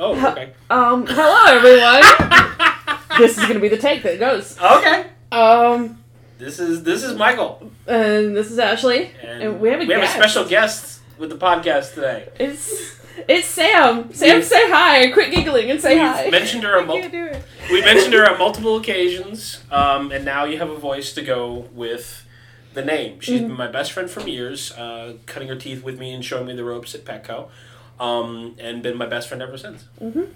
Oh, okay. Um, hello everyone. this is gonna be the take that goes. Okay. Um, This is this is Michael, and this is Ashley. and, And we have a guest. special guest with the podcast today. It's it's Sam. Sam, We've- say hi. Quit giggling and say We've hi. mentioned her on I multiple. can't do it. We mentioned her on multiple occasions, um, and now you have a voice to go with the name. Mm. She's been my best friend for years, uh, cutting her teeth with me and showing me the ropes at Petco, um, and been my best friend ever since. Mhm.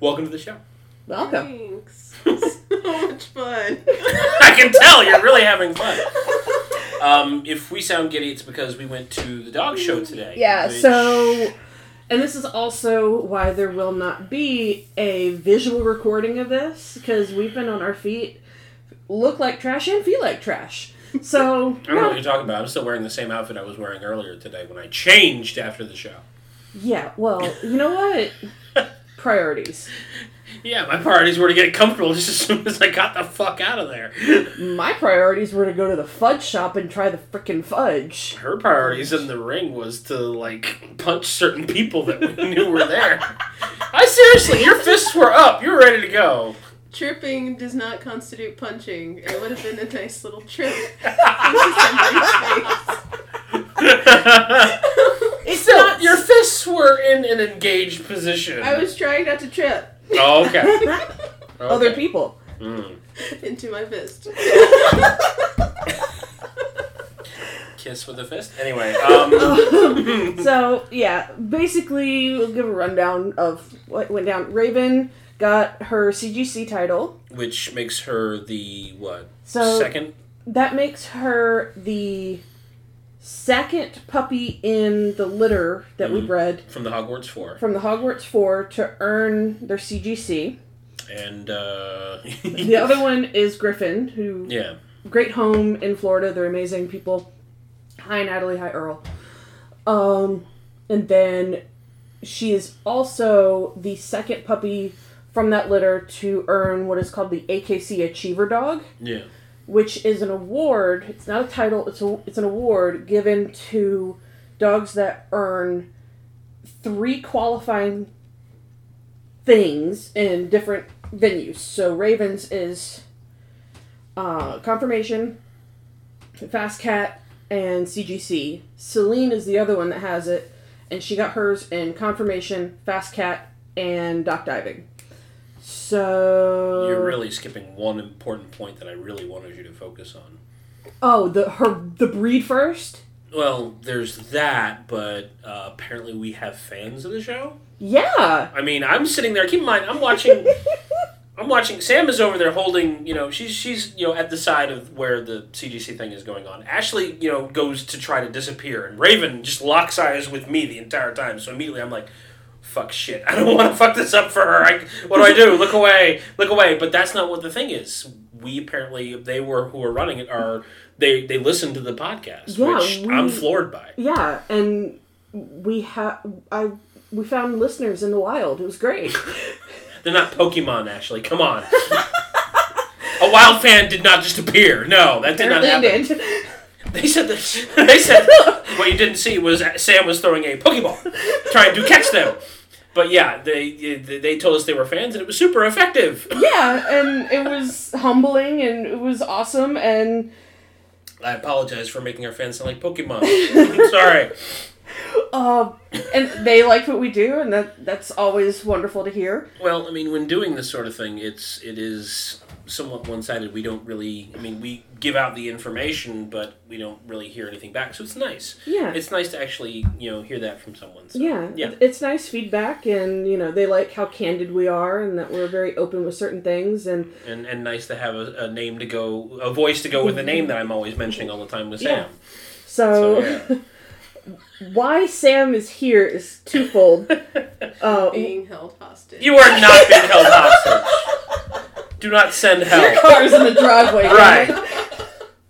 Welcome to the show. Welcome. Thanks. so much fun. I can tell you're really having fun. Um, if we sound giddy, it's because we went to the dog show today. Yeah. which- So, and this is also why there will not be a visual recording of this because we've been on our feet, look like trash and feel like trash. So I don't know no. what you're talking about. I'm still wearing the same outfit I was wearing earlier today when I changed after the show. yeah. Well, you know what? Priorities. Yeah, my priorities were to get comfortable just as soon as I got the fuck out of there. My priorities were to go to the fudge shop and try the frickin' fudge. Her priorities in the ring was to like punch certain people that we knew were there. I seriously, your fists were up. You were ready to go. Tripping does not constitute punching. It would have been a nice little trip. Still, It's your fists were in an engaged position. I was trying not to trip Oh, okay. other Okay. people. Mm. into my fist. Kiss with a fist. Anyway, um, Um, so yeah, basically we'll give a rundown of what went down. Raven got her CGC title, which makes her the what so second that makes her the second puppy in the litter that we Mhm. bred from the Hogwarts Four. from the Hogwarts Four to earn their CGC. and uh, The other one is Griffin, who yeah, great home in Florida. They're amazing people. Hi Natalie, hi Earl. Um, and then she is also the second puppy from that litter to earn what is called the AKC Achiever Dog, yeah, which is an award. It's not a title. It's a, it's an award given to dogs that earn three qualifying things in different venues. So Ravens is uh, confirmation, Fast Cat, and CGC. Celine is the other one that has it, and she got hers in confirmation, Fast Cat, and dock diving. So you're really skipping one important point that I really wanted you to focus on. Oh, the her the breed first? Well, there's that, but uh, apparently we have fans of the show. Yeah. I mean, I'm sitting there. Keep in mind, I'm watching. I'm watching. Sam is over there holding. You know, she's she's you know at the side of where the CGC thing is going on. Ashley, you know, goes to try to disappear, and Raven just locks eyes with me the entire time. So immediately, I'm like, "Fuck shit! I don't want to fuck this up for her. I, what do I do? Look away! Look away!" But that's not what the thing is. We apparently they were who are running it are they they listened to the podcast, Yeah, which we- I'm floored by. Yeah, and we have I we found listeners in the wild. It was great. They're not Pokemon, Ashley. Come on. A wild fan did not just appear. No, that did not Apparently happen. it did. They said that. They said what you didn't see was Sam was throwing a Pokeball, trying to catch them. But yeah, they they told us they were fans, and it was super effective. Yeah, and it was humbling and it was awesome and I apologize for making our fans sound like Pokemon. I'm sorry. uh and they liked what we do and that that's always wonderful to hear. Well, I mean, when doing this sort of thing, it's it is somewhat one sided. We don't really. I mean, we give out the information, but we don't really hear anything back. So it's nice. Yeah. It's nice to actually, you know, hear that from someone. So. yeah, Yeah. it's nice feedback, and you know they like how candid we are, and that we're very open with certain things, and And and nice to have a, a name to go, a voice to go with a name that I'm always mentioning all the time with Yeah. Sam. so, So yeah. why Sam is here is twofold. Uh, Being held hostage. you are not being held hostage. Do not send your help. car's in the driveway. Right.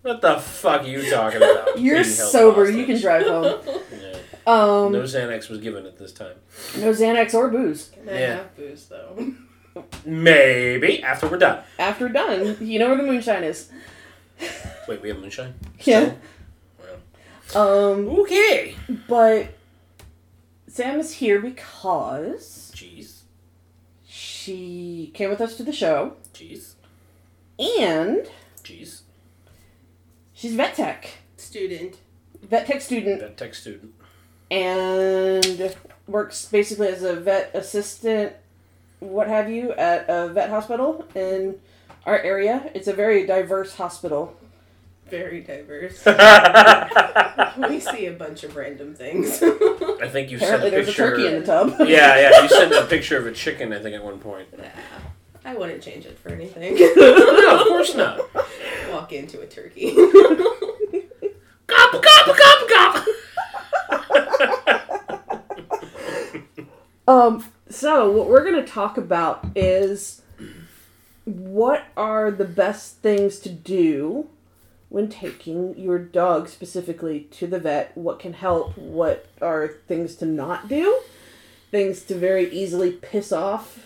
What the fuck are you talking about? You're Being held sober. You can hostage. drive home. Yeah. Um, No no, Xanax was given at this time. Xanax or booze. Can I Yeah. have booze though? Maybe after we're done. After done, you know where the moonshine is. Wait, we have moonshine. Yeah. Wow. Um, Okay. but Sam is here because Jeez. she came with us to the show, Jeez. and Jeez. she's vet tech, Student. vet tech student, That tech student. and works basically as a vet assistant, what have you, at a vet hospital in our area. It's a very diverse hospital. Very diverse. I we see a bunch of random things. think you sent Apparently, a there's a turkey picture. in the tub. Yeah, yeah. You sent a picture of a chicken. I think at one point. I wouldn't change it for anything. No, of course not. Walk into a turkey. Gop gop gop gop. Um, so what we're gonna talk about is what are the best things to do when taking your dog specifically to the vet? What can help? What are things to not do? Things to very easily piss off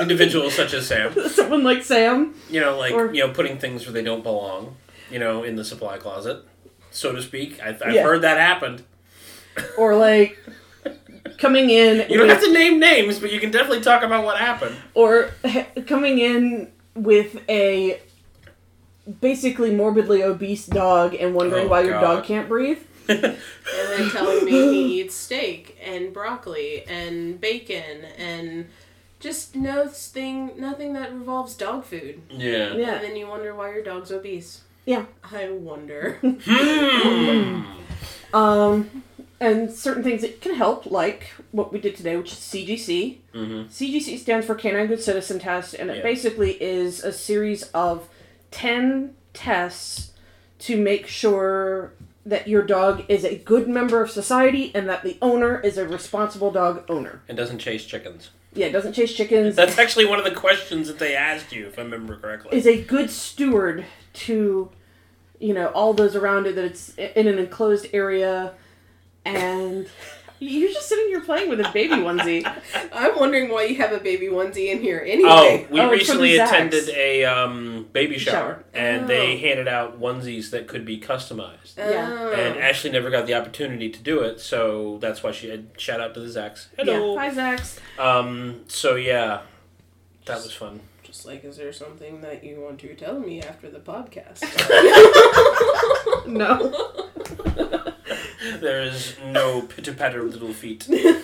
Individuals such as Sam, someone like Sam. you know, like Or- you know, putting things where they don't belong, you know, in the supply closet, so to speak. I've, I've Yeah. heard that happened. Or like coming in You don't with- have to name names, but you can definitely talk about what happened. or coming in with a basically morbidly obese dog and wondering Oh, why your God. dog can't breathe. and then telling me he eats steak and broccoli and bacon and just no thing, nothing that revolves dog food. yeah. Yeah. And then you wonder why your dog's obese. Yeah. I wonder. Hmm. Um, and certain things that can help, like what we did today, which is CGC. Mhm. CGC stands for Canine Good Citizen Test, and it Yeah. basically is a series of 10 tests to make sure that your dog is a good member of society and that the owner is a responsible dog owner. It doesn't chase chickens. Yeah, doesn't chase chickens. That's actually one of the questions that they asked you, if I remember correctly. is a good steward to you know all those around it that it's in an enclosed area and you're just sitting here playing with a baby onesie I'm wondering why you have a baby onesie in here Oh, anyway. we Oh, it's for recently the Zags. attended a um, baby shower, Shower. and Oh. they handed out onesies that could be customized. yeah. Oh. And Ashley never got the opportunity to do it, so that's why she had shout out to the Zacks. Hello. hi zax Um. So yeah, that was fun. Just like, is there something that you want to tell me after the podcast? no There is no pitter patter of little feet, unless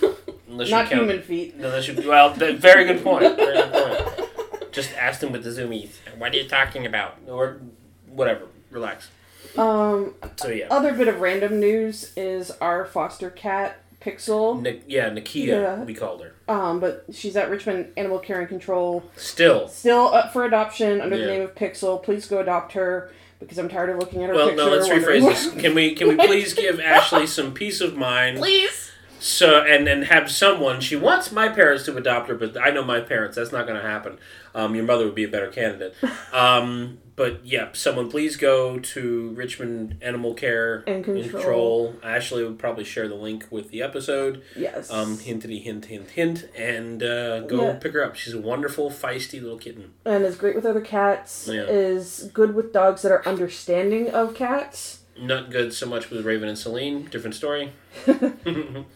not you count. human feet Unless you well, th- very good point. Very good point. Just ask them with the zoomies. What are you talking about? Or whatever. Relax. um So yeah, other bit of random news is our foster cat pixel Ni- yeah, Nakia, Oh. Yeah. we called her. um but she's at richmond animal care and control Still. still up for adoption under Yeah. the name of pixel please go adopt her because i'm tired of looking at her Well, picture no. Let's wondering rephrase this. what- Can we can we please give Ashley some peace of mind? please So and and have someone. She wants my parents to adopt her, but I know my parents. That's not going to happen. Um, your mother would be a better candidate. Um, but yeah, someone please go to Richmond Animal Care And Control. Ashley would probably share the link with the episode. yes Um, hintity hint hint hint, and uh, go Yeah. pick her up. She's a wonderful feisty little kitten. and is great with other cats. Yeah. Is good with dogs that are understanding of cats. Not good so much with Raven and Celine. Different story.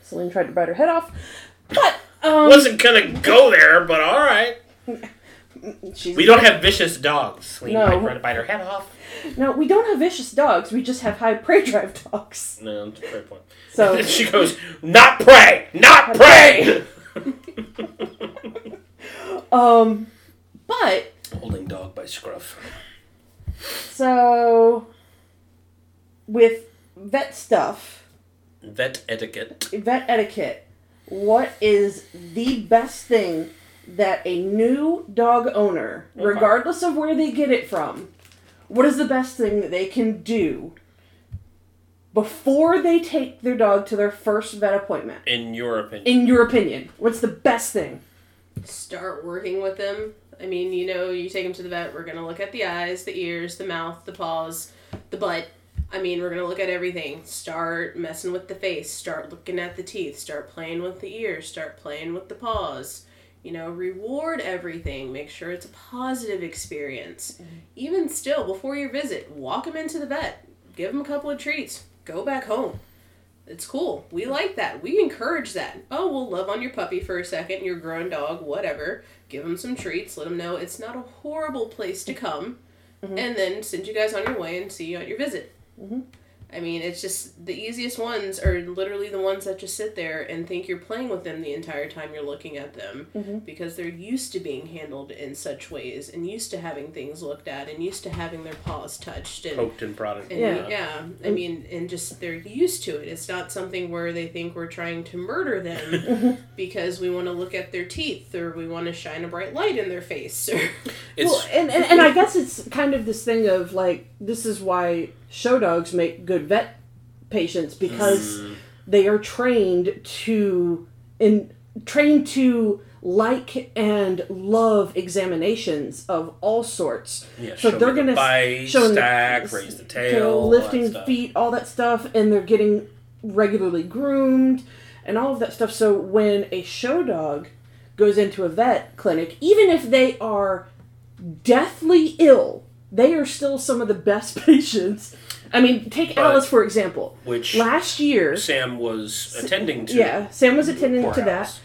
Celine tried to bite her head off, but um, Wasn't gonna go there, but all right. she's, We don't have vicious dogs. Celine No. might try to bite her head off. no, we don't have vicious dogs. We just have high prey drive dogs. No, that's a fair point. So And she goes, not pray, not pray. um, but Holding dog by scruff. so with vet stuff, Vet etiquette. vet etiquette. What is the best thing that a new dog owner, regardless of where they get it from, what is the best thing that they can do before they take their dog to their first vet appointment? In your opinion, In your opinion, what's the best thing? Start working with them. I mean, you know, you take them to the vet, we're going to look at the eyes, the ears, the mouth, the paws, the butt. I mean, we're going to look at everything. Start messing with the face, start looking at the teeth, start playing with the ears, start playing with the paws. You know, reward everything. Make sure it's a positive experience. Even still, before your visit, walk them into the vet, give them a couple of treats, go back home. It's cool. We like that. We encourage that. Oh, we'll love on your puppy for a second, your grown dog, whatever. Give them some treats. Let them know it's not a horrible place to come. And then send you guys on your way and see you at your visit. Mhm. I mean, it's just the easiest ones are literally the ones that just sit there and think you're playing with them the entire time you're looking at them Mhm. because they're used to being handled in such ways and used to having things looked at and used to having their paws touched and Poked and prodded. and Yeah. Mm. yeah. yeah, I mean, and just they're used to it. It's not something where they think we're trying to murder them Mm-hmm. because we want to look at their teeth or we want to shine a bright light in their face. Or It's well, and, and, and I guess it's kind of this thing of like this is why show dogs make good vet patients because Mm. they are trained to in trained to like and love examinations of all sorts. yeah, so show they're me the gonna s- bite, show them the- stack, raise the you tail, know, all that lifting stuff. feet, all that stuff, and they're getting regularly groomed and all of that stuff. So when a show dog goes into a vet clinic, even if they are deathly ill, they are still some of the best patients. I mean, take But- Alice for example. which Last year, Sam was attending to. yeah, Sam was attending Poor to that. Alice.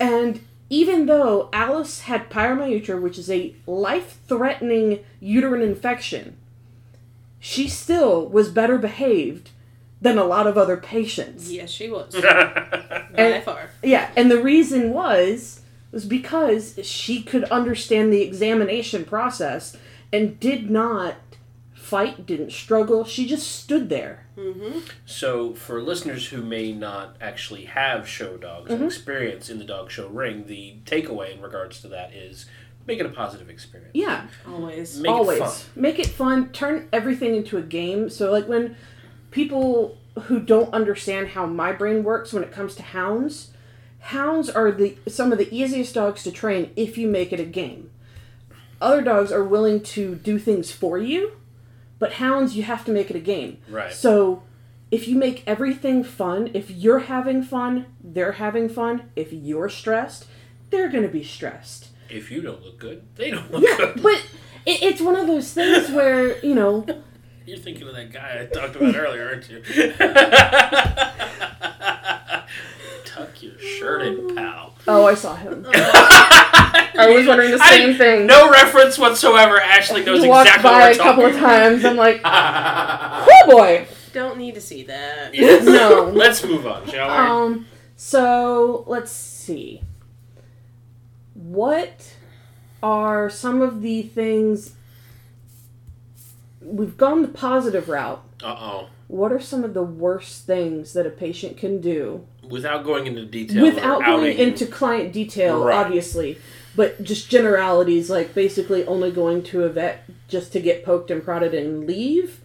And even though Alice had pyromyutra, which is a life threatening uterine infection, she still was better behaved than a lot of other patients. yes, she was by And- far. Yeah, and the reason was was because she could understand the examination process and did not fight, didn't struggle. She just stood there. Mm-hmm. So, for listeners who may not actually have show dogs Mm-hmm. and experience in the dog show ring, the takeaway in regards to that is make it a positive experience. Yeah. Always. Make always it fun. make it fun turn everything into a game so like when people who don't understand how my brain works when it comes to hounds hounds are the some of the easiest dogs to train if you make it a game other dogs are willing to do things for you but hounds you have to make it a game Right. so if you make everything fun if you're having fun they're having fun if you're stressed they're going to be stressed If you don't look good, they don't look yeah, good. but it, it's one of those things where you know. You're thinking of that guy I talked about earlier, aren't you? Tuck your shirt in, pal. Oh, I saw him. I was wondering the I same didn't- thing. No reference whatsoever. Ashley knows he walked exactly what by we're a couple of talking times. I'm like, about. oh boy. Don't need to see that. Yes. No. Let's move on, shall we? Um. So let's see. What are some of the things we've gone the positive route? uh oh. What are some of the worst things that a patient can do without going into detail without or going outing- into client detail Right. obviously but just generalities like basically only going to a vet just to get poked and prodded and leave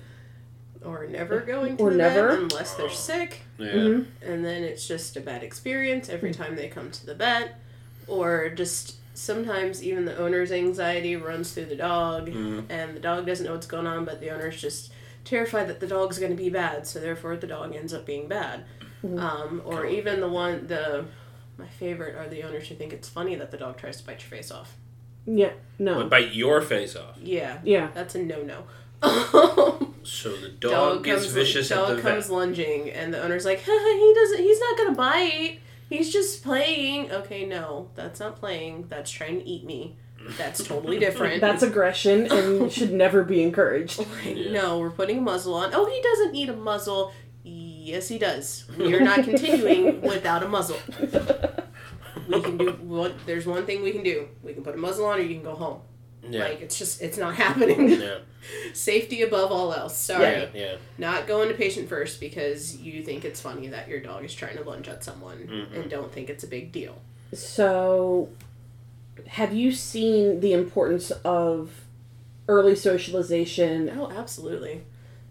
Or never going to Or the vet never. unless they're sick. yeah. Mhm. and then it's just a bad experience every time they come to the vet or just sometimes even the owner's anxiety runs through the dog Mhm. and the dog doesn't know what's going on but the owner's just terrified that the dog's going to be bad so therefore the dog ends up being bad um, or even the one the my favorite are the owners who think it's funny that the dog tries to bite your face off yeah no Would bite your face off. yeah yeah that's a Um, no-no So the dog, gets vicious dog at the comes vet. lunging and the owner's like he doesn't he's not gonna bite he's just playing okay no that's not playing that's trying to eat me that's totally different that's aggression and should never be encouraged Like, Yeah. no we're putting a muzzle on oh he doesn't need a muzzle yes he does you're not continuing without a muzzle we can do one, there's one thing we can do we can put a muzzle on or you can go home Yeah. like it's just it's not happening yeah, safety above all else sorry yeah, yeah. not going to patient first because you think it's funny that your dog is trying to lunge at someone Mhm. and don't think it's a big deal. so have you seen the importance of early socialization Oh, absolutely.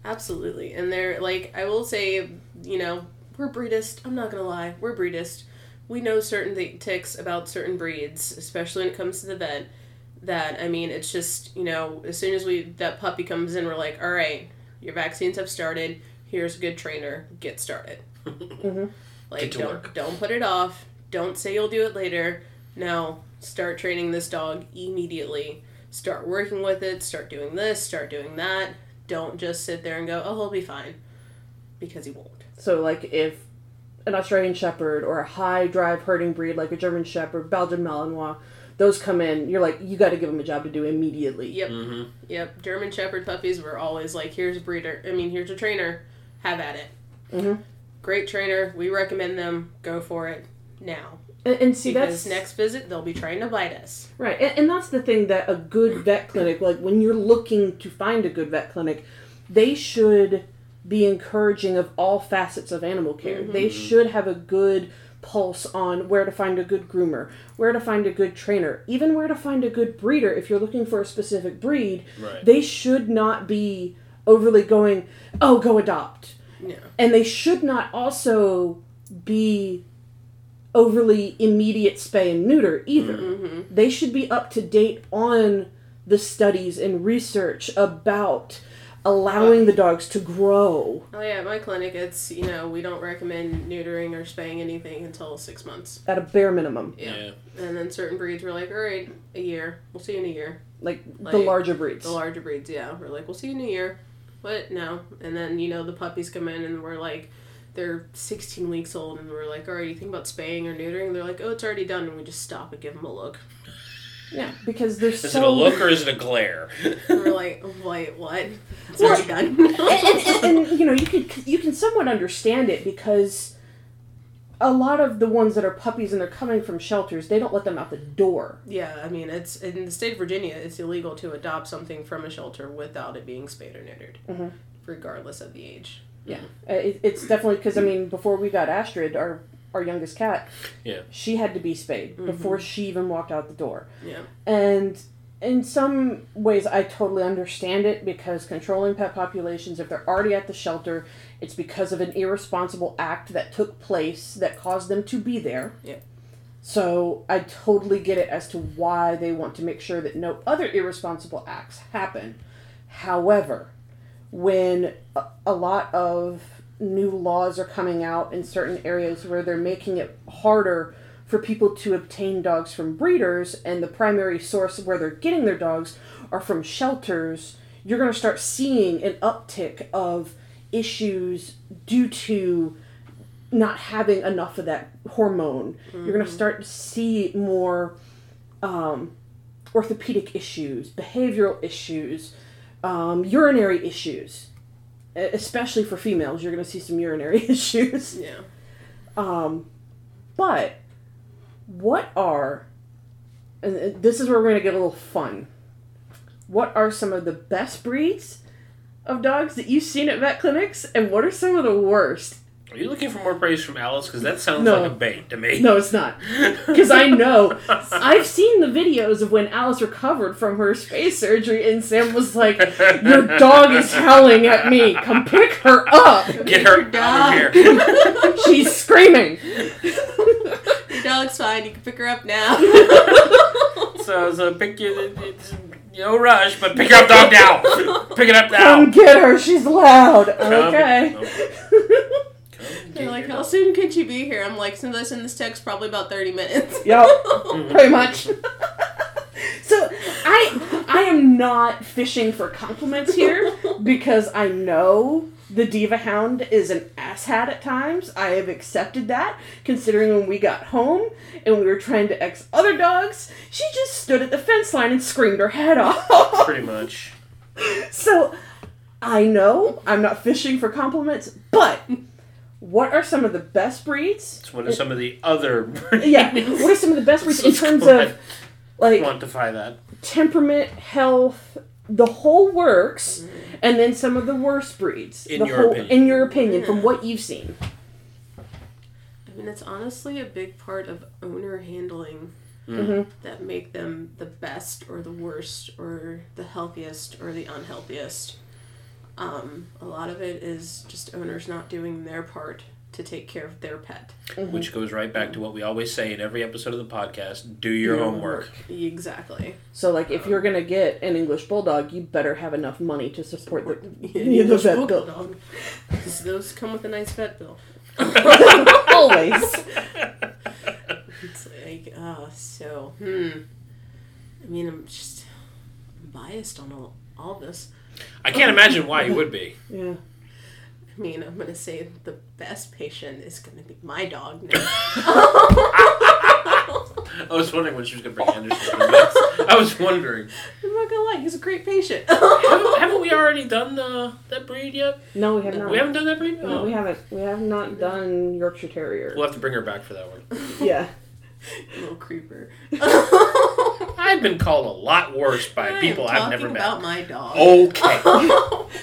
Absolutely. And they're like, I will say, you know, we're breedist. I'm not going to lie. We're breedist. We know certain th- ticks about certain breeds, especially when it comes to the vet. That, I mean, it's just, you know, as soon as we, that puppy comes in, we're like, all right, your vaccines have started. Here's a good trainer. Get started. Like, Get to don't, work. don't put it off. Don't say you'll do it later. No, start training this dog immediately. Start working with it. Start doing this. Start doing that. Don't just sit there and go, oh, he'll be fine. Because he won't. So like if an Australian Shepherd or a high drive herding breed like a German Shepherd, Belgian Malinois, those come in, you're like you got to give them a job to do immediately. Yep. Mm-hmm. Yep, German Shepherd puppies were always like, here's a breeder. I mean, here's a trainer. Have at it. Mhm. Mm-hmm. Great trainer. We recommend them. Go for it now. And, and see because that's next visit they'll be trying to bite us. Right, and, and that's the thing that a good vet clinic, like when you're looking to find a good vet clinic, they should be encouraging of all facets of animal care. Mm-hmm. They should have a good pulse on where to find a good groomer, where to find a good trainer, even where to find a good breeder if you're looking for a specific breed. Right. They should not be overly going, oh, go adopt. No. And they should not also be overly immediate spay and neuter either Mm-hmm. they should be up to date on the studies and research about allowing the dogs to grow. Oh yeah, at my clinic it's you know we don't recommend neutering or spaying anything until six months. At a bare minimum, Yeah. And then certain breeds were like, all right, a year. We'll see you in a year. like, the Like, larger breeds. The larger breeds, yeah, we're like, we'll see you in a year. What? No. And then you know the puppies come in and we're like, they're 16 weeks old and we're like, all right, you think about spaying or neutering? They're like, oh, it's already done, and we just stop and give them a look. yeah, because there's Is so it a look or is it a glare? And we're like, wait, what? It's Well, already done. and, and, and, and, you know you can you can somewhat understand it because a lot of the ones that are puppies and they're coming from shelters, they don't let them out the door. Yeah, I mean, it's in the state of Virginia, it's illegal to adopt something from a shelter without it being spayed or neutered, Mhm. regardless of the age. Uh, It, it's definitely because I mean before we got Astrid, our our youngest cat, Yeah. she had to be spayed before she even walked out the door. Yeah. And in some ways, I totally understand it because controlling pet populations, if they're already at the shelter, it's because of an irresponsible act that took place that caused them to be there. Yeah. So I totally get it as to why they want to make sure that no other irresponsible acts happen. However, when a, a lot of new laws are coming out in certain areas where they're making it harder for people to obtain dogs from breeders and the primary source of where they're getting their dogs are from shelters you're going to start seeing an uptick of issues due to not having enough of that hormone you're going to start to see more um, orthopedic issues behavioral issues um, urinary issues E- especially for females you're going to see some urinary issues Yeah. um, but what are, and this is where we're going to get a little fun. What are some of the best breeds of dogs that you've seen at vet clinics, and what are some of the worst? Are you looking for more praise from Alice? Because that sounds No. like a bait to me. No, it's not. Because I know. I've seen the videos of when Alice recovered from her space surgery, and Sam was like, Your dog is howling at me. Come pick her up. Get her out of here. She's screaming. Your dog's fine, you can pick her up now. So, so pick your, it's no rush, but pick your dog now. Pick it up now. Come get her. She's loud. Come- Okay. Come get They're like, your how dog. soon could you be here? I'm like, since I sent this text, probably about 30 minutes. Yep. pretty much. so I I am not fishing for compliments here because I know the diva hound is an asshat at times. I have accepted that, considering when we got home and we were trying to ex other dogs, she just stood at the fence line and screamed her head off. Pretty much. so I know I'm not fishing for compliments, but what are some of the best breeds? It's one of some of the other. Yeah, what are some of the best breeds in Let's terms go of like quantify that. temperament, health, the whole works, and then some of the worst breeds. In the your whole, opinion. in your opinion, from what you've seen. I mean, it's honestly a big part of owner handling Mhm. that make them the best or the worst or the healthiest or the unhealthiest. Um, a lot of it is just owners not doing their part to take care of their pet. Mm-hmm. Which goes right back to what we always say in every episode of the podcast do your your homework. Exactly. So, like, if you're gonna get an English bulldog, you better have enough money to support the, the Those vet bill. vocal dog- Those come with a nice vet bill. Always. It's like, oh, so, hmm. I mean, I'm just biased on all, all this. I can't imagine why you would be. Yeah. I mean, I'm gonna say the best patient is gonna be my dog now. I was wondering when she was going to bring Anderson. Next. I was wondering. I'm not gonna lie, he's a great patient. Haven't, haven't we already done uh, that breed yet? No, we have not. We haven't done that breed. No, Oh. we haven't. We have not done Yorkshire Terrier. We'll have to bring her back for that one. Yeah. Little creeper. I've been called a lot worse by people I've never met. Oh. About my dog.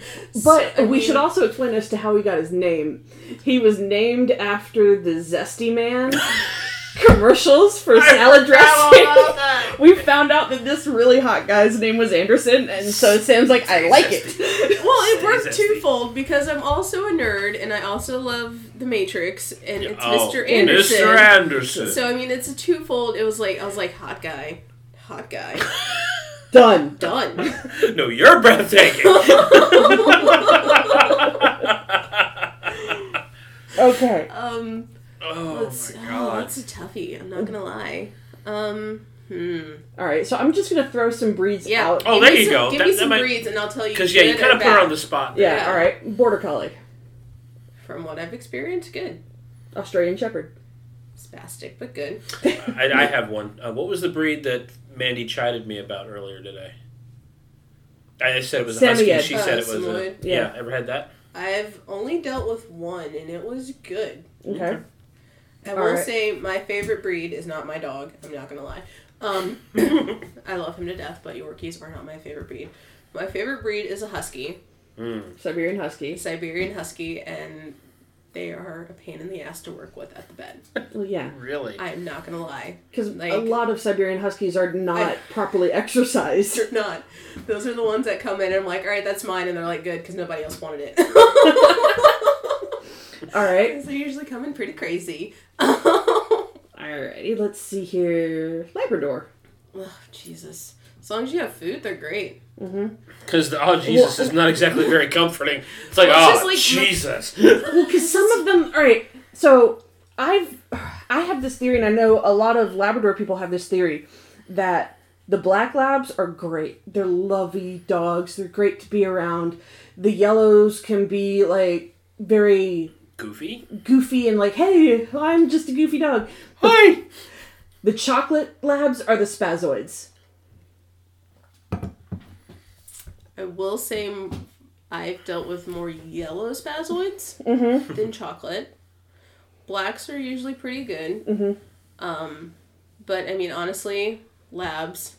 Okay. But So, I we should mean- also explain as to how he got his name. He was named after the Zesty Man commercials for salad dressing. we found out that this really hot guy's name was Anderson, and so Sam's like, I like it. Well, it worked Zesty. twofold because I'm also a nerd and I also love The Matrix and it's Oh, Mr. Anderson. Mr. Anderson. So I mean, it's a twofold. It was like I was like hot guy, hot guy, Done. done. no, you're breathtaking. Oh Okay. Um, oh let's, my oh, god. that's a toughie. I'm not gonna lie. Um, hmm. All right. So I'm just gonna throw some breeds Yeah. out. Oh, give there me you some, go. Give That- me that some might- breeds, and I'll tell you. Because yeah, you good kind or of put her bad. on the spot. there. Yeah. Yeah. All right. Border Collie, From what I've experienced, good. Australian Shepherd. Spastic, but good. I, I have one. Uh, what was the breed that Mandy chided me about earlier today? I said it was a husky. Samoyed. She Uh, said it was. A, Samoyed. yeah. Yeah. Ever had that? I've only dealt with one, and it was good. Okay. I All will right. say my favorite breed is not my dog. I'm not gonna lie. Um, I love him to death, but Yorkies are not my favorite breed. My favorite breed is a husky, Mm. Siberian Husky. Siberian husky, and they are a pain in the ass to work with at the bed. Well, yeah. Really? I'm not gonna lie. Because Like- a lot of Siberian Huskies are not I- properly exercised. They're not. Those are the ones that come in and I'm like, all right, that's mine, and they're like, good, because nobody else wanted it. All right. Because they usually come in pretty crazy. Alrighty, let's see here. Labrador. Oh, Jesus. As long as you have food, they're great. Because oh Jesus is not exactly very comforting. It's like Well, oh it's just like- Jesus. Well, because some of them. Alright, so I've. I have this theory, and I know a lot of Labrador people have this theory that the black labs are great. They're lovey dogs, they're great to be around. The yellows can be like very Goofy. goofy and like, hey, I'm just a goofy dog. Hi. The chocolate labs are the spazoids. I will say m- I've dealt with more yellow spazoids than chocolate. Blacks are usually pretty good. Um, but I mean, honestly, labs,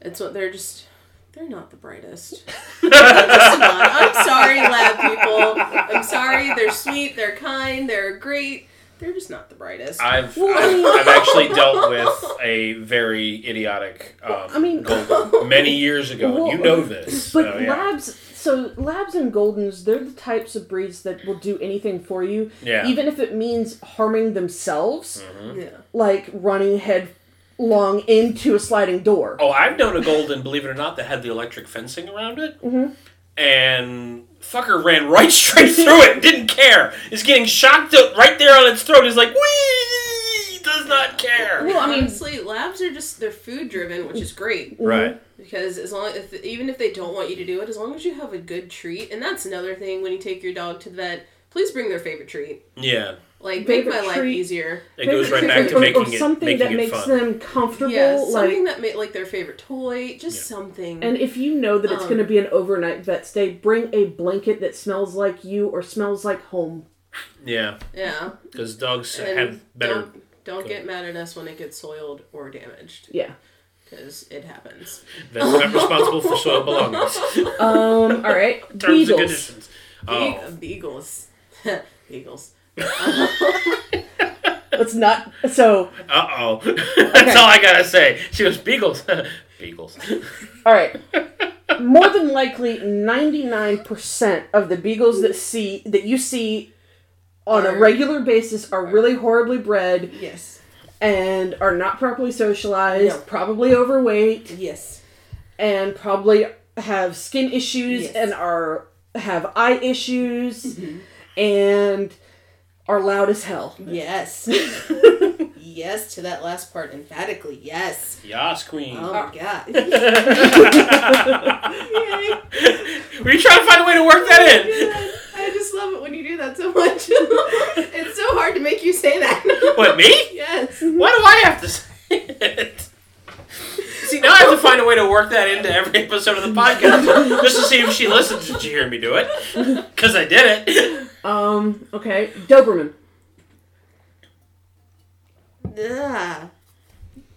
it's what they're just. They're not the brightest. It's not. I'm sorry, lab people. I'm sorry. They're sweet. They're kind. They're great. They're just not the brightest. I've, Well, I I've, mean- I've actually dealt with a very idiotic um, I mean- golden many years ago. Well, you know this. But so, Oh, yeah. labs, so labs and goldens, they're the types of breeds that will do anything for you, Yeah. Mm-hmm. even if it means harming themselves, yeah. like running headlong into a sliding door. Oh, I've known a golden, believe it or not, that had the electric fencing around it, Mm-hmm. and fucker ran right straight through it. Didn't care. Is getting shocked out right there on its throat. Is like wee. Does not care. Well, I mean- honestly, labs are just they're food driven, which is great. Right. because as long if, even if they don't want you to do it as long as you have a good treat and that's another thing when you take your dog to the vet please bring their favorite treat Yeah. like Favorite make my life treat. easier It goes right Maybe- back to or- or making it something making that it makes fun. them comfortable, yeah like. something that made like their favorite toy just something and if you know that it's Um, going to be an overnight vet stay, bring a blanket that smells like you or smells like home. yeah, yeah because dogs and have better. don't, don't get mad at us when it gets soiled or damaged Yeah. because it happens That's not responsible for soil belongings. Um. All right. Terms and Beagles. conditions. Be- Oh, beagles beagles Let's not. So uh oh. That's all I gotta say. She was beagles. beagles. All right. More than likely, ninety nine percent of the beagles that see that you see on a Are- regular basis are really horribly bred yes and are not properly socialized, No. probably overweight, yes and probably have skin issues Yes. Mm-hmm. and are have eye issues and are loud as hell. yes yes to that last part emphatically yes Yas, queen. oh my god Were you trying to find a way to work that in? I just love it when you do that so much. it's so hard to make you say that. What me? Yes. Why do I have to say it? See, now I have to find a way to work that into every episode of the podcast just to see if she listens. Did you hear me do it? Because I did it. Um, okay. Doberman. Ugh.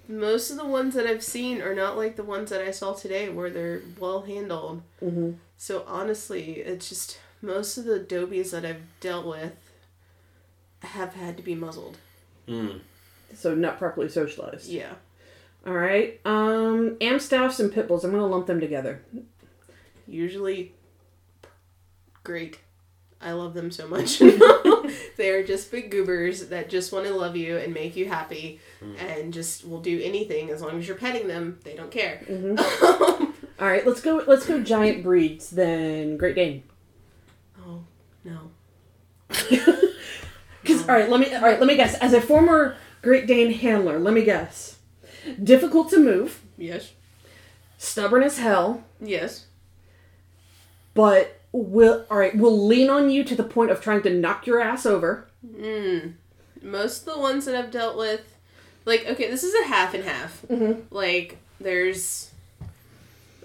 Most of the ones that I've seen are not like the ones that I saw today, where they're well handled. Mm-hmm. So honestly, it's just most of the dobies that I've dealt with have had to be muzzled. Mm. So not properly socialized. Yeah. All right. Um, Amstaffs and Pitbulls. I'm going to lump them together. Usually great. I love them so much. they are just big goobers that just want to love you and make you happy and just will do anything as long as you're petting them. They don't care. Mhm. All right. Let's go. Let's go. Giant breeds. Then Great Dane. oh, no. Because Um. all right, let me all right, let me guess. As a former Great Dane handler, let me guess. Difficult to move, Yes. stubborn as hell, Yes. but will all right will lean on you to the point of trying to knock your ass over. Mm. Most of the ones that I've dealt with, like, okay, this is a half and half. Mm-hmm. like there's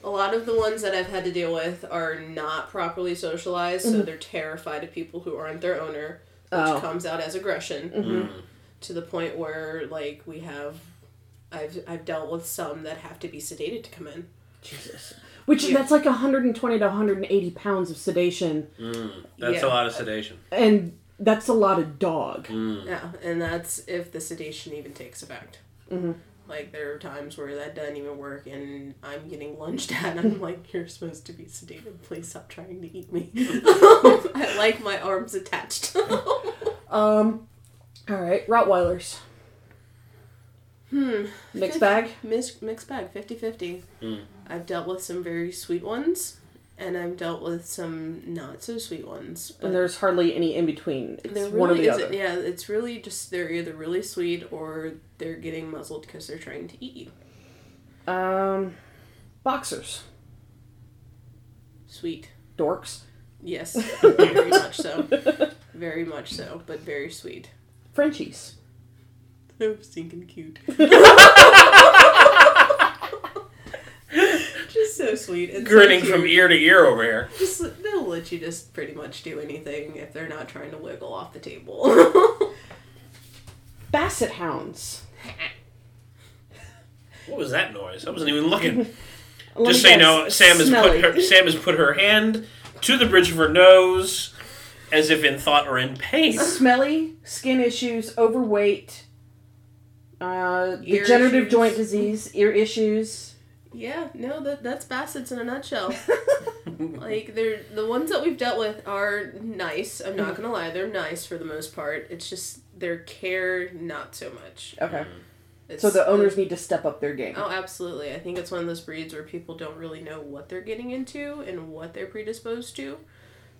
a lot of the ones that I've had to deal with are not properly socialized, so they're terrified of people who aren't their owner, which Mm-hmm. Oh. Mm-hmm. comes out as aggression Mm. to the point where like we have I've I've dealt with some that have to be sedated to come in. Jesus. Which Yeah. that's like 120 to 180 pounds of sedation, Mm. That's a Yeah. lot of sedation. and that's a lot of dog. Mm. Yeah, and that's if the sedation even takes effect. Mm-hmm. Mhm. Like there are times where that doesn't even work, and I'm getting lunged at, and I'm like, "You're supposed to be sedated. Please stop trying to eat me. I like my arms attached." Um, all right, Rottweilers, hmm. mixed bag. Mix, mixed bag, 50-50. Hmm. Mm. I've dealt with some very sweet ones, and I've dealt with some not so sweet ones. And there's hardly any in between. It's there one or really the isn't- other. Yeah, it's really just they're either really sweet or they're getting muzzled because they're trying to eat you. Um, boxers, Sweet. dorks, Yes, very much so. Very much so, but very sweet. Frenchies. So stinking cute. just so sweet. and so Grinning cute. from ear to ear over here. Just, they'll let you just pretty much do anything if they're not trying to wiggle off the table. Basset hounds. What was that noise? I wasn't even looking. Let me Just so you guess, know, Sam has smelly. put her, Sam has put her hand to the bridge of her nose, as if in thought or in pain. smelly, skin issues, overweight, uh, Ear degenerative issues. joint disease, ear issues. yeah, no, that that's Bassett's in a nutshell. Like they're the ones that we've dealt with are nice. I'm not gonna lie, they're nice for the most part. It's just their care not so much. okay, It's, so the owners need to step up their game. Oh, absolutely. I think it's one of those breeds where people don't really know what they're getting into and what they're predisposed to.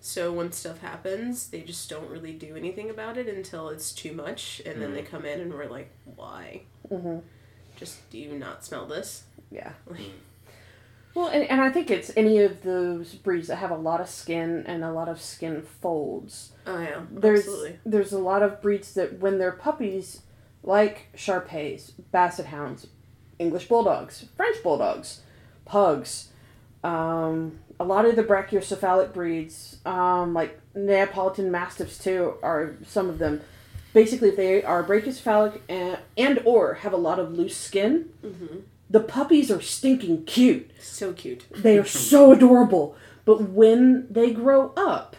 So when stuff happens, they just don't really do anything about it until it's too much, and then they come in and we're like, "Why? hmm Just do you not smell this?" Yeah. Mm. Well, and, and I think it's any of those breeds that have a lot of skin and a lot of skin folds. Oh yeah, There's absolutely. there's a lot of breeds that when they're puppies, like Shar Peis, Basset Hounds, English Bulldogs, French Bulldogs, Pugs, um, a lot of the brachiocephalic breeds, um, like Neapolitan Mastiffs too, are some of them. Basically, they are brachiocephalic and, and or have a lot of loose skin. The puppies are stinking cute. So cute. They are so adorable. But when they grow up,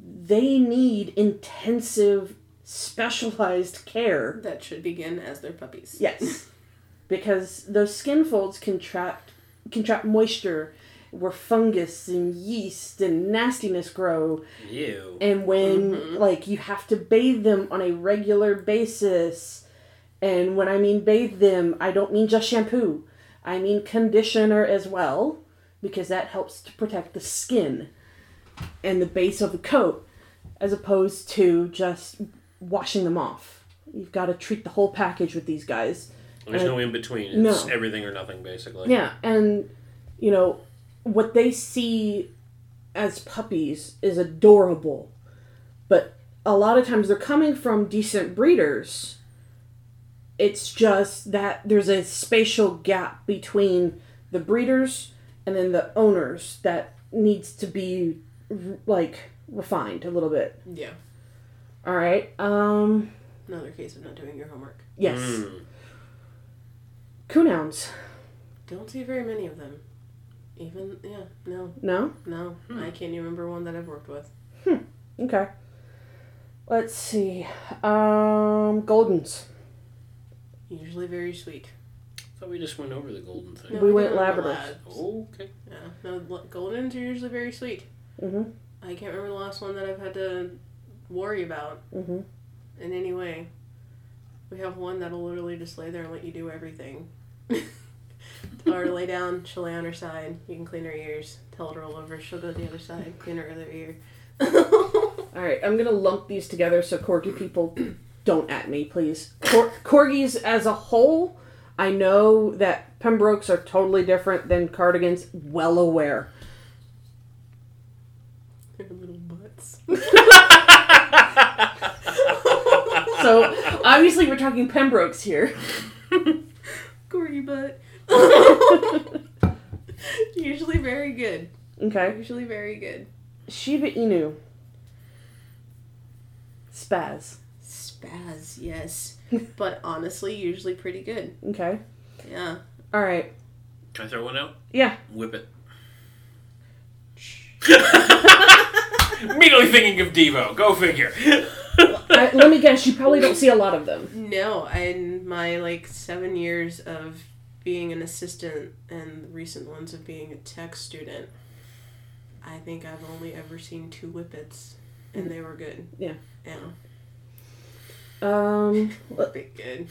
they need intensive, specialized care. That should begin as their puppies. Yes. Because those skin folds can trap, can trap moisture where fungus and yeast and nastiness grow. Ew. And when, Mhm. like, you have to bathe them on a regular basis. And when I mean bathe them, I don't mean just shampoo. I mean conditioner as well, because that helps to protect the skin and the base of the coat, as opposed to just washing them off. You've got to treat the whole package with these guys. There's uh, no in between. no. It's everything or nothing, basically. Yeah, and you know what they see as puppies is adorable, but a lot of times they're coming from decent breeders. It's just that there's a spatial gap between the breeders and then the owners that needs to be r- like refined a little bit. Yeah. All right. Um Another case of not doing your homework. yes. Mm. Coonhounds. Don't see very many of them. Even yeah, no, No? no. I can't even remember one that I've worked with. Okay. Let's see. Um Goldens. Usually very sweet. thought we just went over the golden thing. We I went don't remember Labradors. labs. Okay. Yeah, no. l- Goldens are usually very sweet. Mhm. I can't remember the last one that I've had to worry about Mhm. in any way. We have one that'll literally just lay there and let you do everything. or lay down, she'll lay on her side. You can clean her ears. Tell her to roll over, she'll go to the other side, clean her other ear. All right, I'm gonna lump these together so corgi people don't at me, please. Cor- corgis as a whole, I know that Pembrokes are totally different than Cardigans. Well aware. Their little butts. So obviously we're talking Pembrokes here. Corgi butt. Usually very good. Okay. Usually very good. Shiba Inu. Spaz. Spaz, yes. But honestly, usually pretty good. Okay. Yeah. All right. Can I throw one out? Yeah. Whip it. Immediately thinking of Devo. Go figure. I, let me guess. You probably don't see a lot of them. No, in my like seven years of being an assistant and the recent ones of being a tech student, I think I've only ever seen two whippets, and they were good. Yeah. Yeah, Um. big good.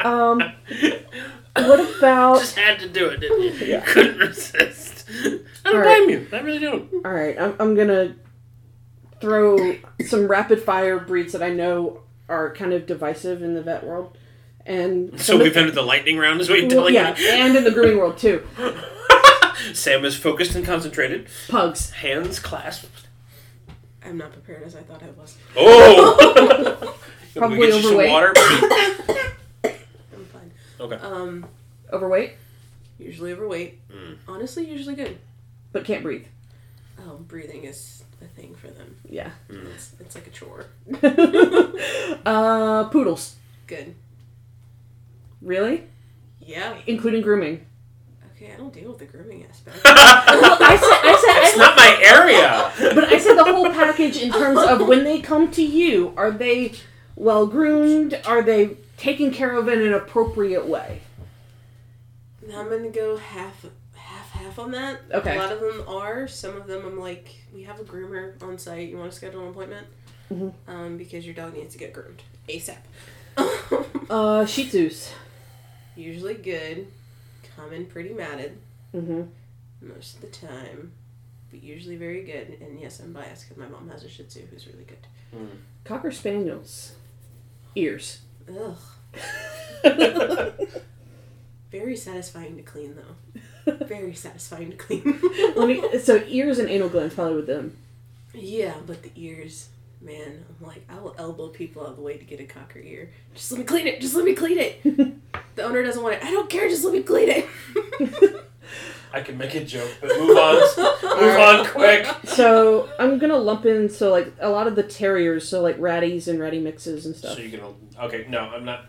Um. What about? Just had to do it, didn't you? Oh. Yeah. Couldn't resist. I don't Alright. blame you. I really don't. All right, I'm, I'm gonna throw some rapid fire breeds that I know are kind of divisive in the vet world, and So we've entered the lightning round, is what you're well, telling yeah, and in the grooming world too. me. Sam is focused and concentrated. Pugs. Hands clasped. I'm not prepared as I thought I was. Oh! Probably we get you some overweight. water. I'm fine. okay. Um, Overweight, usually overweight. Mm. Honestly, usually good. but can't breathe. Oh, breathing is a thing for them. Yeah. It's, it's like a chore. uh, poodles. Good. Really? Yeah. Including grooming. Okay, I don't deal with the grooming aspect. Well, I said, I said, I That's said- not my area. but I said the whole package in terms of when they come to you, are they well groomed? Are they taken care of in an appropriate way? I'm gonna go half, half, half on that. Okay. A lot of them are. Some of them I'm like, we have a groomer on site. You want to schedule an appointment? Mhm. Um, because your dog needs to get groomed ASAP. Uh, Shih Tzus. Usually good, common, pretty matted Mm-hmm. most of the time, but usually very good. And yes, I'm biased because my mom has a Shih Tzu who's really good. Cocker spaniels. Ears. Ugh. Very satisfying to clean though. Very satisfying to clean. Let me. So ears and anal glands probably with them. Yeah, but the ears, man, I'm like, I will elbow people out of the way to get a cocker ear. Just let me clean it. Just let me clean it. the owner doesn't want it. I don't care. Just let me clean it. I can make a joke, but move on. Move on quick. So I'm gonna lump in so like a lot of the terriers, so like ratties and ratty mixes and stuff. So you're gonna. Okay, no, I'm not.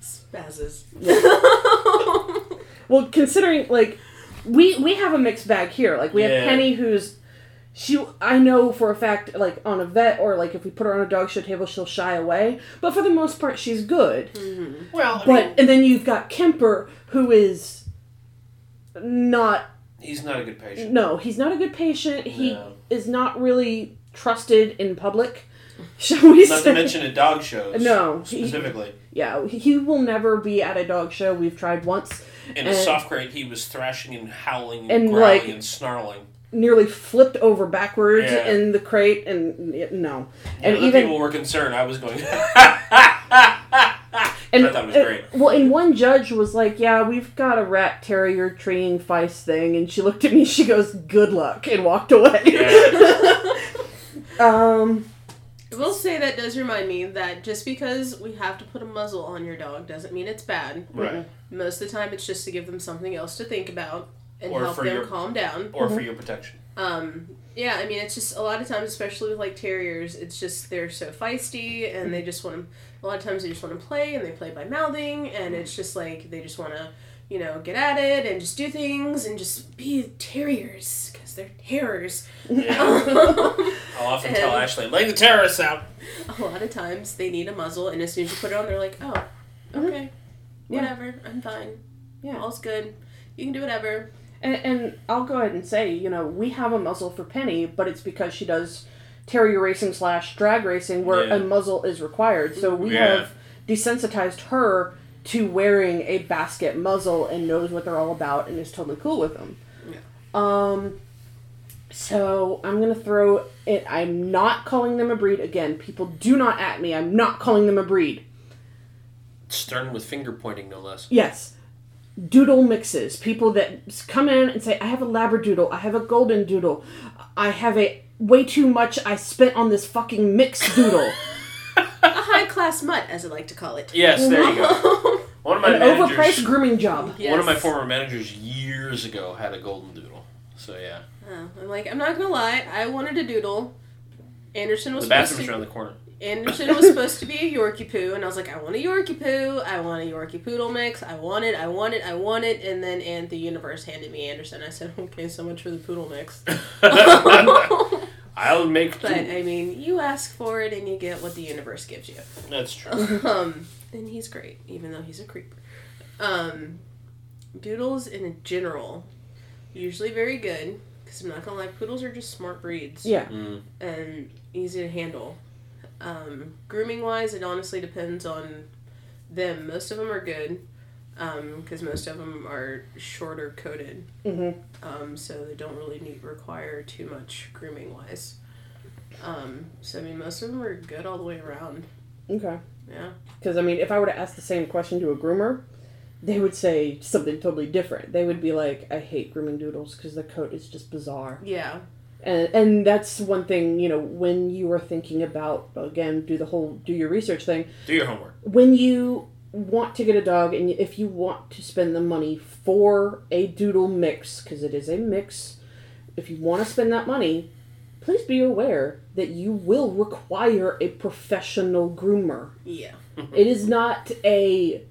Spazzes. Well, considering like we we have a mixed bag here. Like we have Yeah. Penny who's she I know for a fact like on a vet or like if we put her on a dog show table she'll shy away, but for the most part she's good. Well, I mean, But and then you've got Kemper who is not he's not a good patient. No, he's not a good patient. He No. is not really trusted in public. Shall we Not say? to mention at dog shows. No, he- Specifically. yeah, he will never be at a dog show. We've tried once, In And- a soft crate, he was thrashing and howling and, And, growling like- and snarling. nearly flipped over backwards Yeah. in the crate, and y- no, And and other even people were concerned. I was going. And, I thought it was and- great. Well, and one judge was like, "Yeah, we've got a rat terrier training feist thing," and she looked at me. She goes, "Good luck," and walked away. um, I will say that does remind me that just because we have to put a muzzle on your dog doesn't mean it's bad. Right. Most of the time, it's just to give them something else to think about and Or help for them your- calm down. Or for your protection. Um, yeah, I mean, it's just a lot of times, especially with like terriers, it's just they're so feisty and they just want to. A lot of times, they just want to play and they play by mouthing, and it's just like they just want to, you know, get at it and just do things and just be terriers because they're terrors. Yeah. a I'll often tell And- Ashley, lay the terrorists out. lot of times, they need a muzzle, and as soon as you put it on, they're like, oh, Mhm. okay, Yeah. whatever, I'm fine. Yeah. all's good. You can do whatever. and, and I'll go ahead and say, you know, we have a muzzle for Penny, but it's because she does terrier racing slash drag racing, where Yeah. a muzzle is required. So we Yeah. have desensitized her to wearing a basket muzzle and knows what they're all about and is totally cool with them. Yeah. Um. So I'm gonna throw it. I'm not calling them a breed again. People do not at me. I'm not calling them a breed. Stern with finger pointing, no less. Yes. Doodle mixes. People that s- come in and say, I have a Labradoodle, I have a Golden Doodle, I have a way too much I spent on this fucking mixed doodle. A high class mutt, as I like to call it. Yes, there you go. One of my An managers, overpriced grooming job. one of my Yes. former managers years ago had a golden doodle. So yeah, Oh, I'm like, I'm not gonna lie, I wanted a doodle. Anderson the was supposed bathroom's to, around the corner. Anderson was supposed to be a Yorkie poo, and I was like, I want a Yorkie poo, I want a Yorkie poodle mix, I want it, I want it, I want it, and then and the universe handed me Anderson. I said, okay, so much for the poodle mix. but I'll make two. I mean, you ask for it and you get what the universe gives you. That's true. um, and he's great, even though he's a creeper. Um, doodles in general, usually very good. Because I'm not gonna lie, poodles are just smart breeds Yeah. Mm. and easy to handle. Um, grooming wise, it honestly depends on them. Most of them are good because most of them are shorter coated, Mm-hmm. um, so they don't really need require too much grooming wise. Um, so I mean, most of them are good all the way around. Okay. Yeah. Because, I mean, if I were to ask the same question to a groomer, they would say something totally different. They would be like, I hate grooming doodles because the coat is just bizarre. Yeah. and and that's one thing you know when you are thinking about again do the whole do your research thing Do your homework. when you want to get a dog and if you want to spend the money for a doodle mix because it is a mix if you want to spend that money please be aware that you will require a professional groomer Yeah. it is not a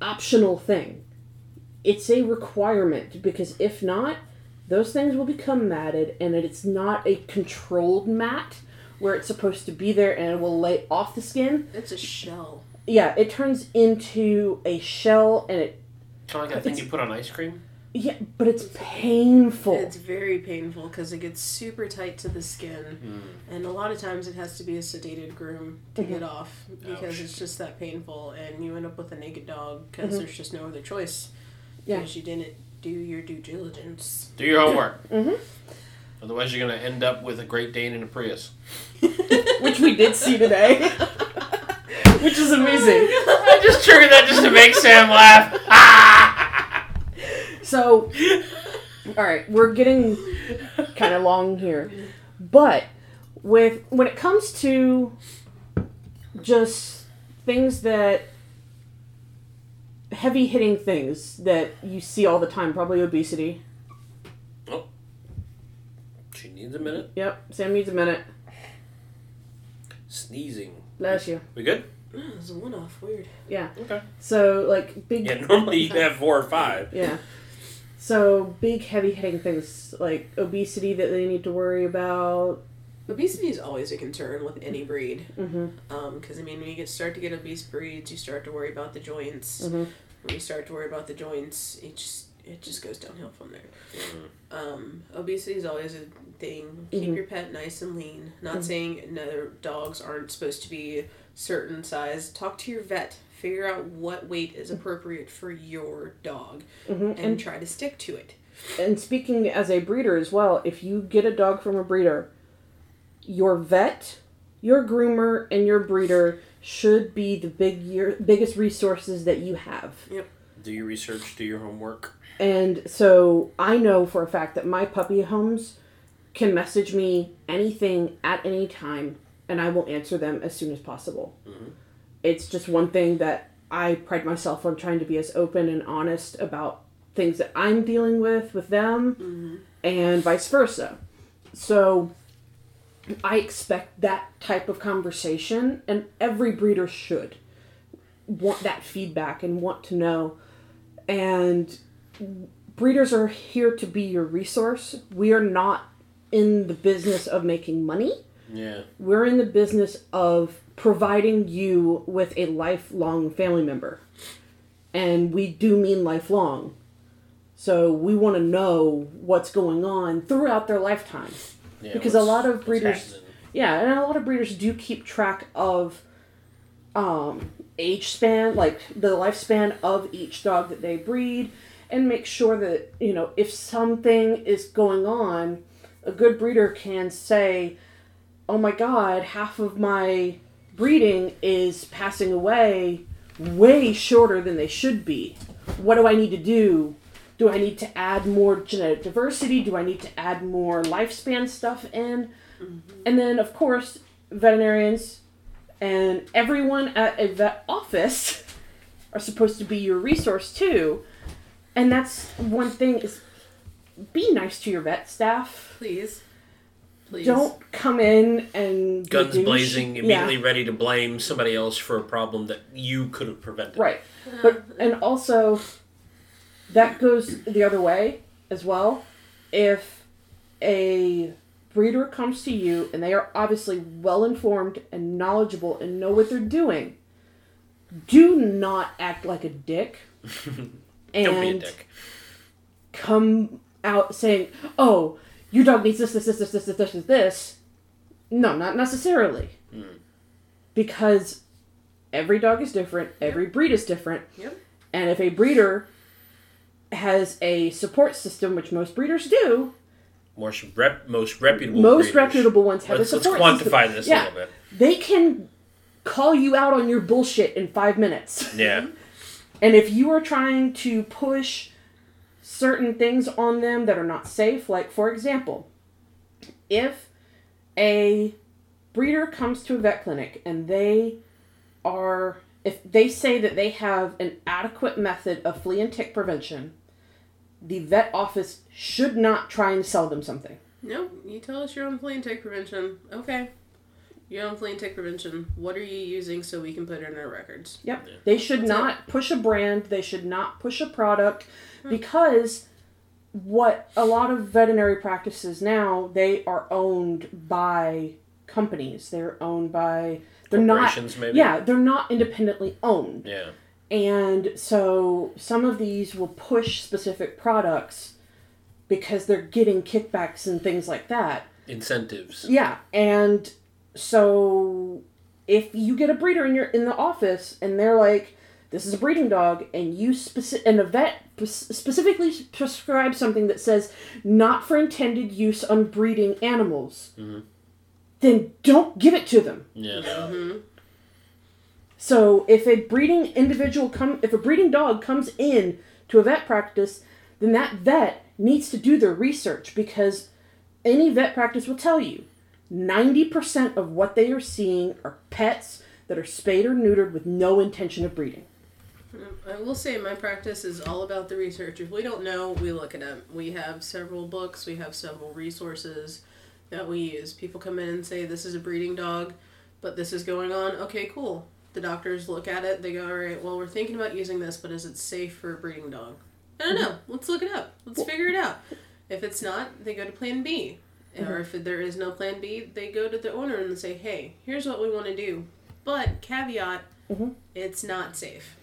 optional thing. It's a requirement because if not, those things will become matted and it's not a controlled mat where it's supposed to be there and it will lay off the skin. It's a shell. Yeah, it turns into a shell and it Kind of like that thing you put on ice cream. yeah, but it's painful. It's very painful because it gets super tight to the skin, and a lot of times it has to be a sedated groom to Mm-hmm. get off because Ouch. it's just that painful, and you end up with a naked dog because there's just no other choice Mm-hmm. Yeah. because you didn't do your due diligence. Do your homework. Mhm. Otherwise, you're gonna end up with a Great Dane and a Prius. Which we did see today. Which is amazing. I just triggered that just to make Sam Ah! laugh. So, all right, we're getting kind of long here, but with when it comes to just things that heavy hitting things that you see all the time, probably obesity. she needs a minute. Yep, Sam needs a minute. Sneezing. Bless you. We good? It's a one-off. Weird. Okay. So like big Yeah. Normally you have four or five. Yeah. So big heavy hitting things like obesity that they need to worry about. Obesity is always a concern with any breed. Mm-hmm. because I mean, when you get start to get obese breeds, you start to worry about the joints. Mhm. When you start to worry about the joints, it just it just goes downhill from there. Um, obesity is always a thing. Keep Mhm. your pet nice and lean. Not Mm-hmm. saying no dogs aren't supposed to be certain size. Talk to your vet. Figure out what weight is appropriate for your dog Mm-hmm. and, try to stick to it. and speaking as a breeder as well, if you get a dog from a breeder, your vet, your groomer, and your breeder should be the big year, biggest resources that you have. Do your research, do your homework. And so I know for a fact that my puppy homes can message me anything at any time and I will answer them as soon as possible. Mhm. It's just one thing that I pride myself on trying to be as open and honest about things that I'm dealing with with them and vice versa. So I expect that type of conversation, and every breeder should want that feedback and want to know. And breeders are here to be your resource. We are not in the business of making money, Yeah. we're in the business of providing you with a lifelong family member. And we do mean lifelong. So we want to know what's going on throughout their lifetime. yeah Because what's- a lot of what's breeders- happening. Yeah, and a lot of breeders do keep track of um, age span, like the lifespan of each dog that they breed, and make sure that, you know, if something is going on, a good breeder can say, oh my god, half of my breeding is passing away way shorter than they should be. What do I need to do? Do I need to add more genetic diversity? Do I need to add more lifespan stuff in? And then, of course, veterinarians and everyone at a vet office are supposed to be your resource too. And that's one thing is be nice to your vet staff. Please. Please. Don't come in and be Guns douche. blazing, Yeah. immediately ready to blame somebody else for a problem that you could have prevented. Right. But and also that goes the other way as well. If a breeder comes to you and they are obviously well informed and knowledgeable and know what they're doing, do not act like a dick. and Don't be a dick. come out saying, "Oh, your dog needs this, this, this, this, this, this, this, this, this." No, not necessarily, Hmm. because every dog is different, every breed is different, Yep. and if a breeder has a support system, which most breeders do, Most, rep, most reputable most breeders. reputable ones have Let's, a let's support quantify system. this yeah, a little bit. They can call you out on your bullshit in five minutes. Yeah. Mm-hmm. And if you are trying to push certain things on them that are not safe, like for example, if a breeder comes to a vet clinic and they are if they say that they have an adequate method of flea and tick prevention, the vet office should not try and sell them something. Nope. You tell us you're on flea and tick prevention. Okay. You're on flea and tick prevention. What are you using so we can put it in our records? Yep. They should That's not push a brand. They should not push a product because what a lot of veterinary practices now, they are owned by companies. They're owned by they're not Corporations, maybe. Yeah, they're not independently owned. Yeah. And so some of these will push specific products because they're getting kickbacks and things like that. Incentives. Yeah, and so if you get a breeder in your in the office and they're like, "This is a breeding dog," and you speci- and a vet pres- specifically prescribes something that says "not for intended use on breeding animals," then don't give it to them. Yeah. Mm-hmm. Mm-hmm. So if a breeding individual come if a breeding dog comes in to a vet practice, then that vet needs to do their research because any vet practice will tell you 90% of what they are seeing are pets that are spayed or neutered with no intention of breeding. I will say my practice is all about the research. If we don't know, we look it up. We have several books, we have several resources that we use. People come in and say, This is a breeding dog, but this is going on. Okay, cool. The doctors look at it, they go, All right, well, we're thinking about using this, but is it safe for a breeding dog? I don't know. Let's look it up. Let's figure it out. If it's not, they go to plan B. Or if there is no plan B, they go to the owner and say, Hey, here's what we want to do. But caveat, Mhm. it's not safe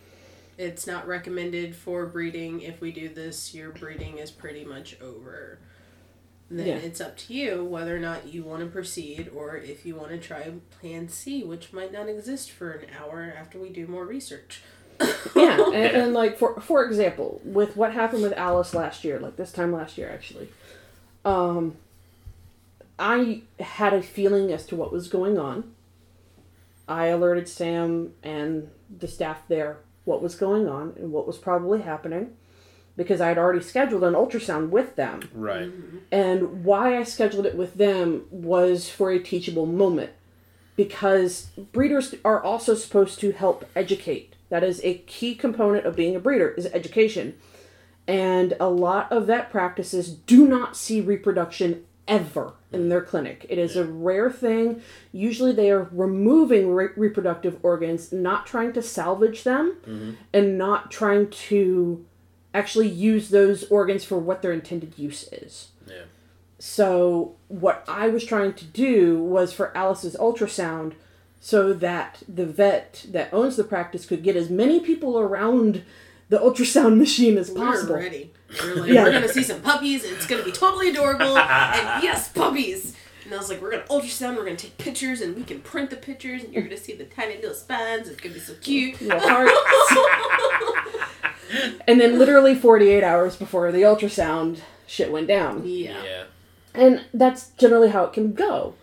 it's not recommended for breeding. If we do this, your breeding is pretty much over. Then Yeah. it's up to you whether or not you want to proceed or if you want to try plan C, which might not exist for an hour after we do more research. yeah, and, and like for for example, with what happened with Alice last year, like this time last year actually, um, I had a feeling as to what was going on, I alerted Sam and the staff there what was going on and what was probably happening because I had already scheduled an ultrasound with them. Right. And why I scheduled it with them was for a teachable moment because breeders are also supposed to help educate. That is a key component of being a breeder is education. And a lot of vet practices do not see reproduction ever in their clinic. It is a rare thing. Usually they are removing re- reproductive organs, not trying to salvage them and not trying to actually use those organs for what their intended use is. Yeah. So what I was trying to do was for Alice's ultrasound so that the vet that owns the practice could get as many people around the ultrasound machine as possible. We're ready. We're like, Yeah. we're gonna see some puppies. It's gonna be totally adorable. and yes, puppies. And I was like, we're gonna ultrasound. We're gonna take pictures, and we can print the pictures, and you're gonna see the tiny little spines. It's gonna be so cute. Little hearts. and then literally 48 hours before the ultrasound shit went down. yeah. Yeah. And that's generally how it can go.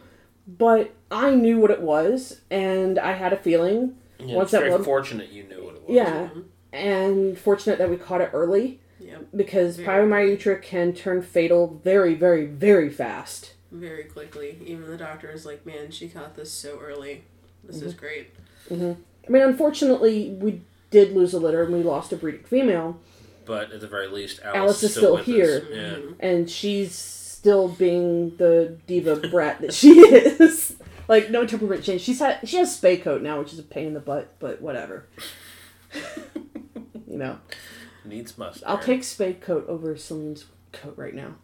But I knew what it was and I had a feeling yeah. Once it's that very blood- fortunate you knew what it was. Yeah. And fortunate that we caught it early Mm-hmm. Yep. because Very. pyromyutra can turn fatal very, very, very fast. Very quickly. Even the doctor is like, man, she caught this so early. This Mm-hmm. is great. I mean, unfortunately, we did lose a litter and we lost a breeding female, But at the very least, Alice, Alice is is still, still with here. Us. Mm-hmm. Yeah. and she's still being the diva brat that she is. Like no temperament change. She's had she has spay coat now, which is a pain in the butt, but whatever. you know, Needs must. I'll right? take spay coat over Celine's coat right now.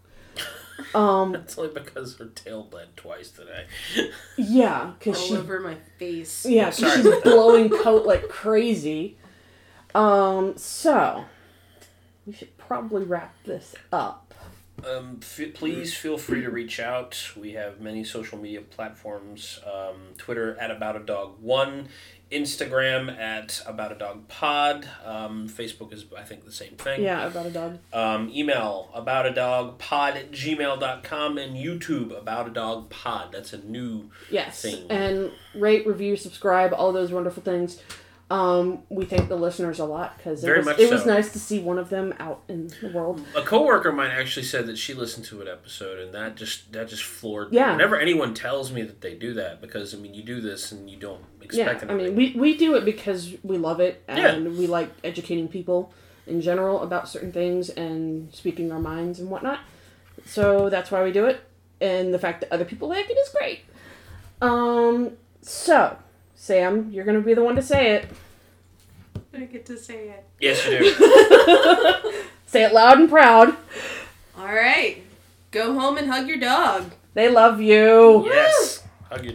Um, That's only because her tail bled twice today. yeah, because All she over my face. Yeah, 'cause Sorry. she's blowing coat like crazy. Um, so we should probably wrap this up. Um, f- please feel free to reach out. We have many social media platforms: um, Twitter at About a Dog One, Instagram at About a Dog Pod, um, Facebook is I think the same thing. Yeah, about a dog. Um, email about a dog pod at gmail.com and YouTube about a dog pod. That's a new Yes, Thing. and rate, review, subscribe, all those wonderful things. Um, we thank the listeners a lot because it, Very was, much it was so. nice to see one of them out in the world. A coworker of mine actually said that she listened to an episode, and that just that just floored me. Yeah. Whenever anyone tells me that they do that, because I mean, you do this and you don't Yeah, expect I anything. mean, we, we do it because we love it Yeah. and we like educating people in general about certain things and speaking our minds and whatnot. So that's why we do it. And the fact that other people like it is great. Um, so, Sam, you're going to be the one to say it. I get to say it. yes, you do. Say it loud and proud. All right. Go home and hug your dog. They love you. yes, hug your dog.